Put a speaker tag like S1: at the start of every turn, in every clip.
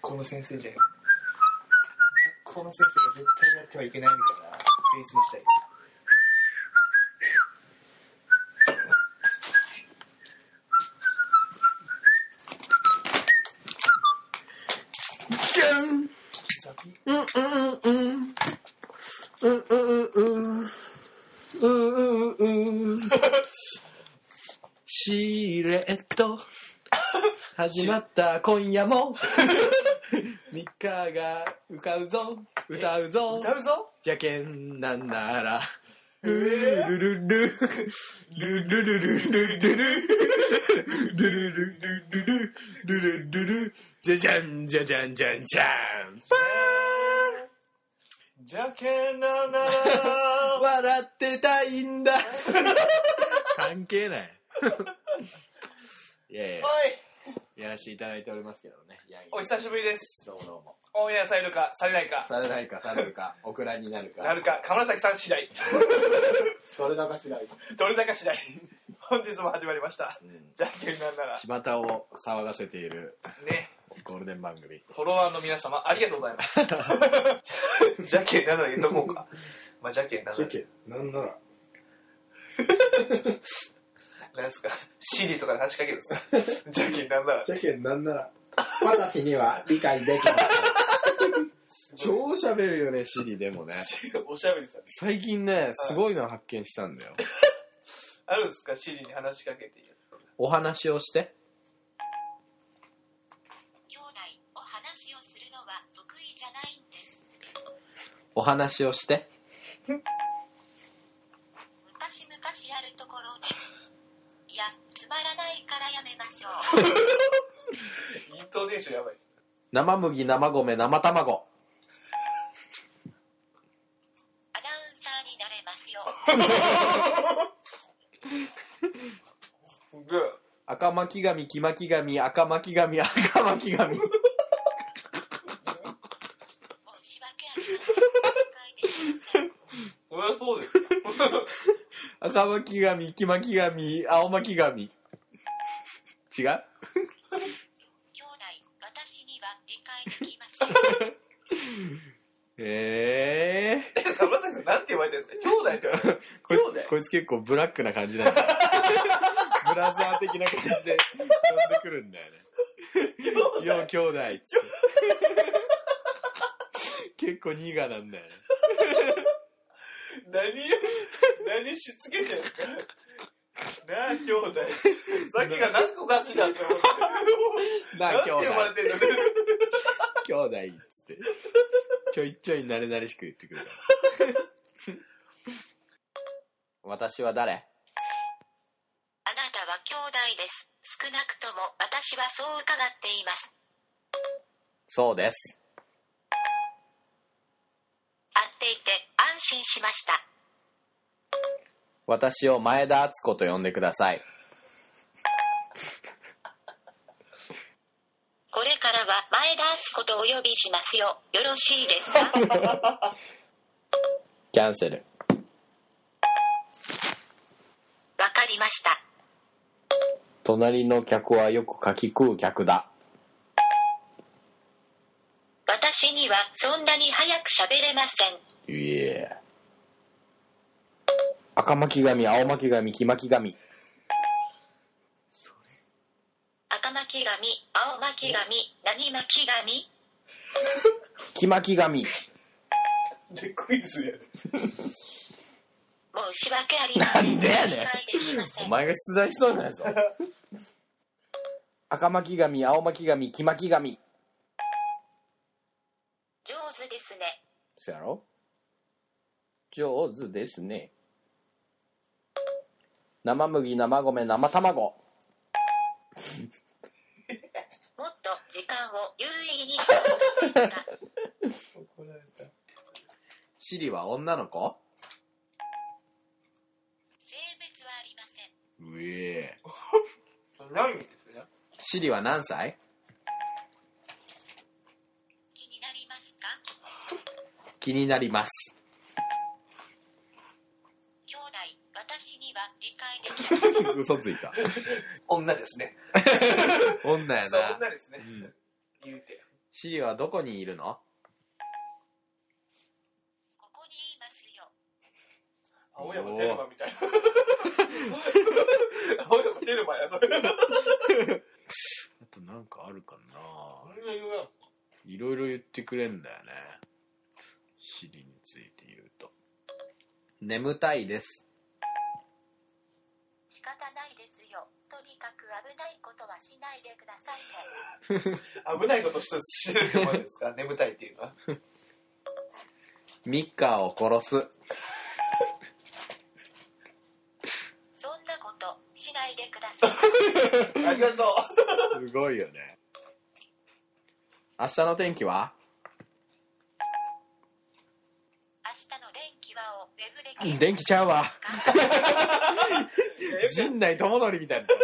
S1: この先生じゃんこの先生が絶対やってはいけないみたいなフェイスにしたい
S2: じゃん
S1: ザピ
S2: うんうんうんうんうんうんうんうんうんうん しれっと始まった今 夜も三日が歌うぞ歌うぞ
S1: 歌うぞ
S2: じゃけんなんならルルルルルルルルルルルルルルルルルルルルルじゃじゃんじゃじゃんじゃんじゃん
S1: じゃけんななら
S2: 笑ってたいんだ関係ないいやいややらせていただいておりますけどねヤギ
S1: おいお久しぶりです
S2: どうもどうも
S1: オンエアされるかされないか
S2: されないかされるかオクラになるか
S1: なるか鎌崎さん次第
S2: それだかしらい、
S1: どれだか次第本日も始まりました
S2: うん、
S1: じゃけんなんなら
S2: 巷を騒がせている
S1: ね
S2: ゴールデン番組
S1: フォロワーの皆様ありがとうございます じゃけんなんなら言っとこうかまあじゃけんなんなら
S3: なんなら
S1: なんですか CD とかで話しかけるんですかじゃけんなんなら
S3: じゃけんなんなら私には理解できない
S2: 超喋るよねシリでもね
S1: おしゃべりさんです
S2: 最近ねすごいの発見したんだよ
S1: あるんですか CD に話しかけて
S2: お話をして
S4: 兄弟お話をするのは得意じゃないんです
S2: お話をして
S4: 昔々やるところでいやつまらないからやめましょう
S1: イントネーションやばいです
S2: 生麦生米生卵
S4: アナウンサーになれますよ
S1: すごい
S2: 赤巻紙、黄巻紙、赤巻紙、赤巻紙。
S4: 申し訳ありません了解できません
S1: そりゃそうですよ
S2: 赤巻紙、黄巻紙、青巻紙。違う
S4: 兄弟私には理解できません兄
S2: ええー。
S1: 鎌崎さんなんて言われてるんですか兄弟って言われてる
S2: こい
S1: 兄弟
S2: つこいつ結構ブラックな感 じだよね。ブラザー的な感じで飛んでくるんだよね。よう兄弟っ つって。結構ニーガなんだよね。
S1: 何よ何しつけてるんですかなあ兄弟さっきが何個かしだって思って
S2: な
S1: な
S2: あ
S1: んて
S2: 兄弟
S1: 呼、ばれてるの
S2: 兄弟っつって。ちょいちょい慣れ慣れしく言ってくるから。私は誰
S4: あなたは兄弟です少なくとも私はそう伺っています
S2: そうです。
S4: 会っていて安心しました
S2: 私を前田敦子と呼んでください。
S4: これからは前田敦子とお呼びしますよよろしいですか
S2: キャンセル。
S4: わかりました
S2: 隣の客はよくかき食う客だ。
S4: 私にはそんなに早く喋れません
S2: いえ。赤巻紙、青巻紙、黄巻紙。
S4: 赤巻紙青巻紙何巻紙
S2: 黄巻紙。
S1: でクイズやる
S4: 申し訳ありません
S2: なんでやねん
S4: 理解できません
S2: 前が出題しとるんやぞ。 赤巻紙、青巻紙、黄巻紙。
S4: 上手ですね
S2: そやろ上手ですね。生麦、生米、生卵。
S4: もっと時間を有意義に使いませんか
S1: 怒られた
S2: シリは女の子
S4: 性別はありません
S2: うえ。
S1: ないんですね
S2: シリは何歳
S4: 気になりますか
S2: 気になります。
S4: 兄弟私には理解できません
S2: 嘘ついた。
S1: 女ですね
S2: 女や
S1: そう
S2: な。
S1: 女ですね
S2: うん
S1: 言うて
S2: シリはどこにいるの
S4: ここにいますよ。
S1: 青山テルマみたいな。 青山テルマや、それ。みんな
S2: あとなんかあるかな
S1: 言うな。
S2: いろいろ言ってくれんだよね。シリについて言うと。眠たいです。
S4: 仕方ないですよ。とにかく危ないことはしないでくださいね。
S1: 危ないこと一つしないと思うんですから、眠たいっていうのは。
S2: ミッカーを殺す。
S4: そんなことしないでください。
S1: ありが とう。
S2: すごいよね。明日の天気は
S4: 明日の電気はをウェブで検索
S2: 電気ちゃうわ。
S1: よ
S2: 陣内智則みたいな。
S1: くよ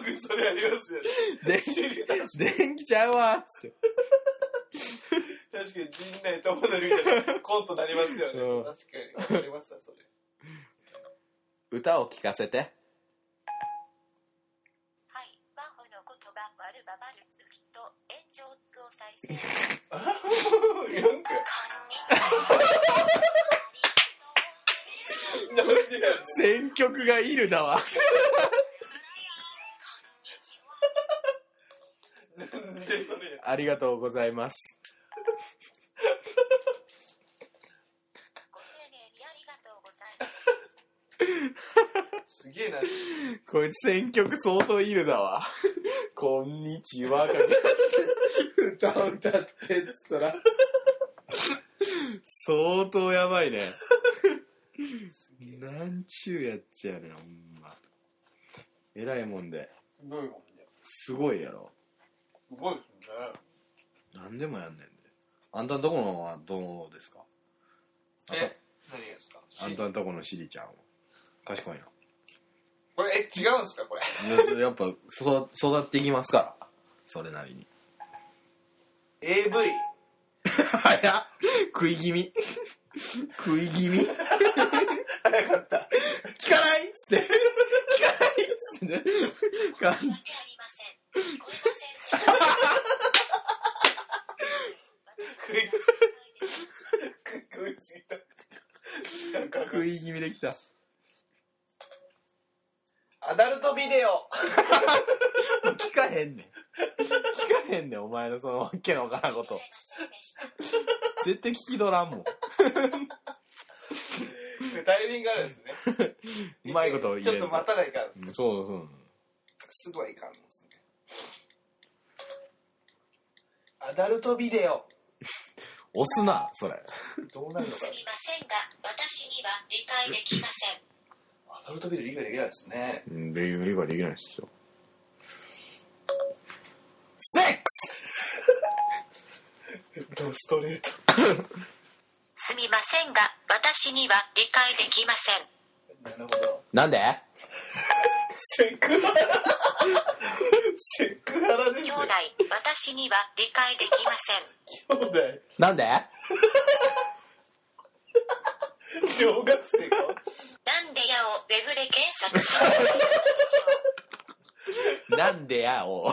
S1: くそれありますよね。
S2: 電
S1: シ
S2: 気、
S1: リ確か
S2: 電気ちゃうわ。つって。
S1: に陣内友達みたいなコントになりますよね。
S2: うん
S1: 確かに。わかりました、そ れ。
S2: 歌を聴かせて。
S4: はい、魔法の言葉、悪ばまる、きっと、炎上を再生。
S1: なんか、なんでやねん
S2: 選曲がいるだわ。
S1: なんでそれや
S2: ありがとうございます。
S4: ご丁寧にありがとうございます。
S1: すげえな。
S2: こいつ選曲相当いるだわ。こんにちは。
S3: 歌を歌ってっつったら、
S2: 相当やばいね。
S1: すげえ。
S2: なんちゅうやっちゃうね、ほんま。えらいもんで。
S1: すごいもんね。
S2: すごいやろ。
S1: すごいですね。
S2: なんでもやんねんで。あんたんとこのはどうですか
S1: え、何がですか
S2: あんたんとこのシリちゃんは。賢い
S1: これ、え、違うんですかこれ。
S2: の。ややっぱ、そ育っていきますから。それなりに。
S1: AV。
S2: 早っ食い気味。食い気味。聞か
S1: 早かった。
S2: ないっつって。聞かないっつ
S4: 申し
S2: ってね。
S4: 訳ありません。聞こえませんでした。
S1: 食いすぎた。なんか、
S2: 食い気味できた。
S1: アダルトビデオ。
S2: 聞かへんねん。聞かへんねん、お前のそのわけのわからんこと。絶対聞き取らんもん。
S1: タイミングあるんですね。
S2: うまいこと言える
S1: ちょっと待たないから、
S2: うんそうそう。
S1: すぐはいかんですね。アダルトビデオ。
S2: 押すな、それ。
S1: どうなるのか
S4: す。みませんが、私には理解できません。
S1: アダルトビデオ理解できないですね。
S2: うん、理理解できないですよ。セックス
S1: ドストレート。
S4: すみませんが、私には理解できません。
S1: なるほど。
S2: なんで
S1: セクハラ。セクハラです
S4: 兄
S1: よ。
S4: 弟、私には理解できま
S1: 兄
S4: せん。
S1: 弟。
S2: なんで
S1: 小学生か。
S4: なんでやをウェブで検索しない で
S2: なんでやを。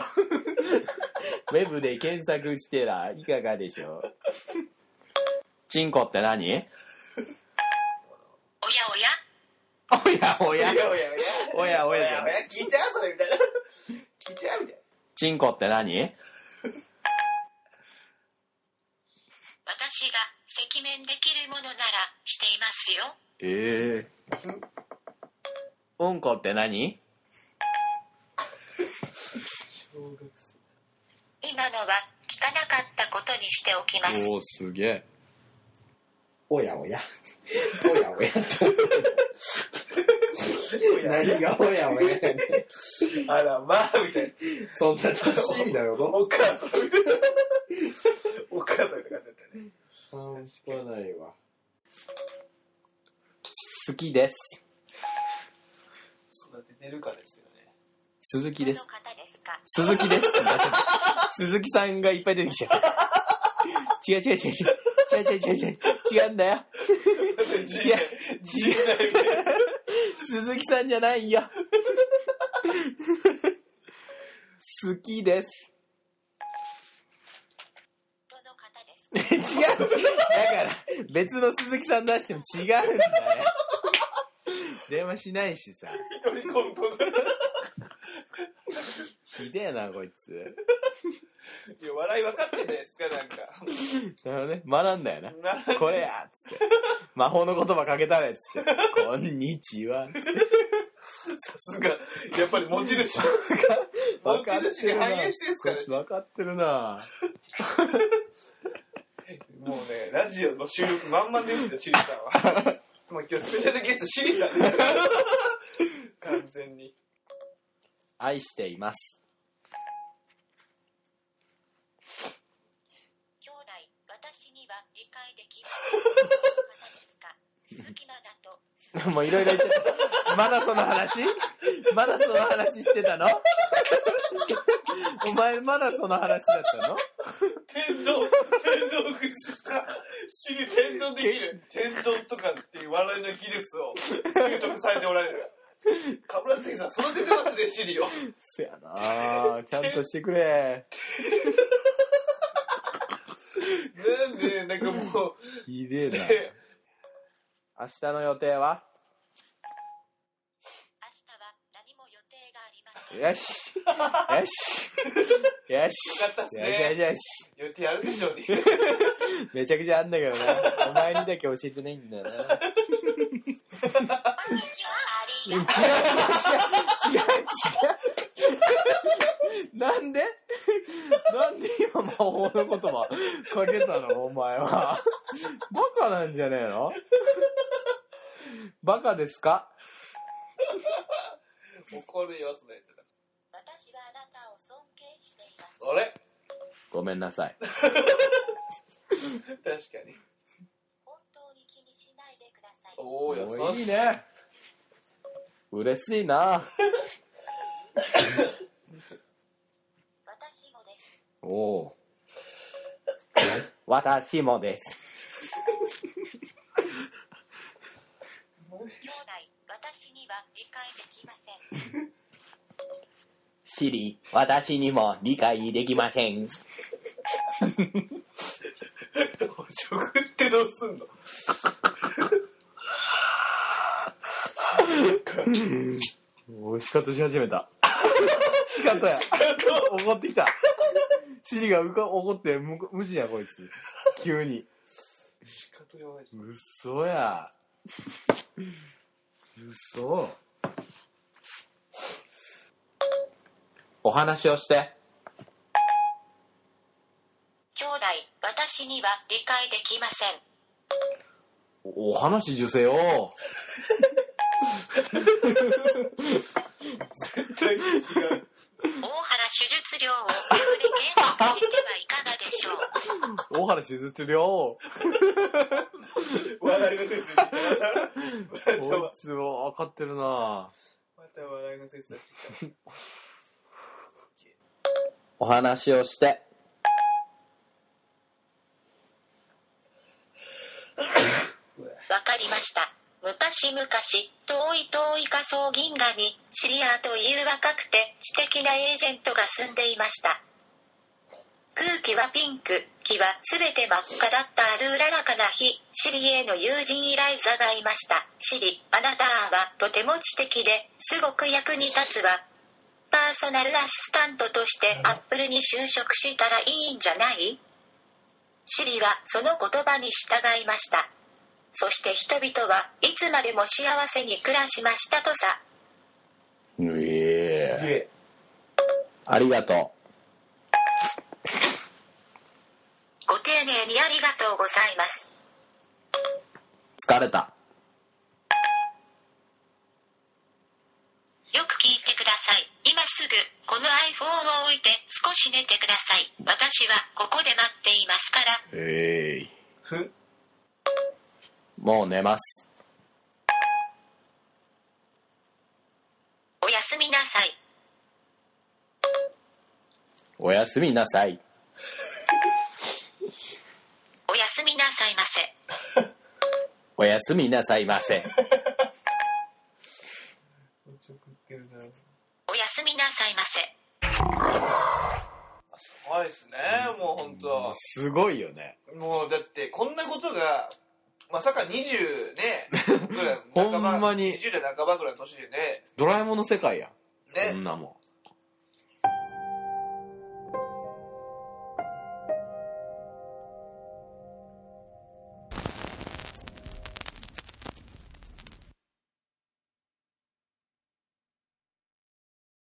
S2: ウェブで検索してらいかがでしょうチンコって何
S4: おやおや、
S2: おやおや
S1: お。やおや
S2: おやおやじゃん
S1: おや聞いちゃうそれみたいな。聞いちゃうみたい
S2: チンコって何
S4: 私が赤面できるものならしていますよ。
S2: ええうんこって何
S1: な。小学生。
S4: 今のは聞かなかったことにしておきます。
S2: お、すげえ。
S3: おやおや。おやおやって。何がおやおややねん。
S1: あら、まあ、みたいな。
S3: そんな年みたいなこ
S1: お母さんみたいな。お母さんって感じだったね。
S3: と半端ないわ。
S2: 好きです。
S1: 育ててるかですよね。
S2: 鈴木
S4: どの
S2: です。
S4: 方ですか
S2: 鈴木です。鈴木さんがいっぱい出てきちゃった。違う違う違う違う。違う違う違う違う。違うんだよ。
S1: 陣内、陣内みたいな。
S2: 鈴木さんじゃないよ。好きです。だから、別の鈴木さん出しても違うんだよ。電話しないしさ。
S1: 一人コントだ。
S2: ひでえな、こいつ。
S1: いや、笑い分かってないですか、なんか。
S2: なるほどね。学んだよな。
S1: な
S2: これやっつって。魔法の言葉かけたねっつって。こんにちは。
S1: さすが、やっぱり持ち主。持
S2: 分かっ
S1: ち主
S2: て
S1: に
S2: るな
S1: 反映してるんですからね。
S2: 分かってるな
S1: もうね、ラジオの収録満々ですよ、シリさんは。 もう今日スペシャルゲスト、シリさんですから。 完全に。
S2: 愛しています。
S4: 兄弟、私には理解できません。方ですか鈴木奈々と
S2: もういろいろ言ってた。まだその話まだその話してたのお前まだその話だったの
S1: 天丼、天丼駆使した、シリ天丼できる。天丼とかっていう笑いの技術を習得されておられる。かぶらつきさん、育ててますね、シリを。
S2: そやなあちゃんとしてくれ。
S1: なんで、なんかもう、
S2: ひでえな。
S1: ね
S2: 明日の予定は
S4: 明日は何も予定がありません。
S2: よし。よし。よし。
S1: よかったっすね
S2: よしよしよし。
S1: 予定あるでしょうね。
S2: めちゃくちゃあんだけどな。お前にだけ教えてないんだよな。
S4: こんにちは、あり
S2: 違う違う違う違う
S4: がとう。
S2: 違うなんで なんで今魔法の言葉かけたのお前は。バカなんじゃねえのバカですか
S1: 怒るよ、そのやつだ。
S4: 私はあなたを尊敬しています。
S1: あれ
S2: ごめんなさい。
S1: 確かに。
S4: 本当に気にしないでください。
S1: おお、優
S2: もう
S1: し
S2: い
S1: い
S2: い。ね。嬉しいな。
S4: 私もです。
S2: おおう。 私もです。
S4: 兄弟、私には理解できません。
S2: シリ、私にも理解できません。
S1: 捕食ってどうすんの
S2: お仕方し始め た。仕方や。怒ってきた。 シリがうか怒って無無視や、こいつ。急に。
S1: 仕方弱いし。
S2: 嘘や。嘘。お話をして。
S4: 兄弟、私には理解できません。
S2: おお話受精よ。
S1: 絶対に違う。
S4: 大原手術料をウェブで検索してはいかがでしょう。
S2: 大原手術 量。
S1: 笑いの先生また、また
S2: こいつは分かってるな
S1: また笑いの先生たちが。
S2: お話をして。
S4: わかりました。昔々、遠い遠い仮想銀河に、シリアという若くて知的なエージェントが住んでいました。空気はピンク、木はすべて真っ赤だったあるうららかな日、シリへの友人イライザがいました。シリ、あなたはとても知的で、すごく役に立つわ。パーソナルアシスタントとしてアップルに就職したらいいんじゃないシリはその言葉に従いました。そして人々はいつまでも幸せに暮らしましたとさ。
S2: え
S1: すげえ。
S2: ありがと
S4: ご丁寧にありがとうございます。
S2: う。疲れた。
S4: よく聞いてください。今すぐ、この iPhone を置いて少し寝てください。私はここで待っていますから。
S2: えい。
S1: ふ
S2: もう寝ます。
S4: おやすみなさい。
S2: おやすみなさい。
S4: おやすみなさいませ。
S2: おやすみなさいませ。
S1: めっちゃ食ってるな。
S4: おやすみなさいませ。
S1: すごいですね、もう本当。
S2: すごいよね。
S1: もうだって、こんなことが、まさか20ね、 ぐらい、
S2: ほんまに
S1: 20代半ばぐらいの年でね、
S2: ドラえもんの世界やん。こ
S1: ね、
S2: んなも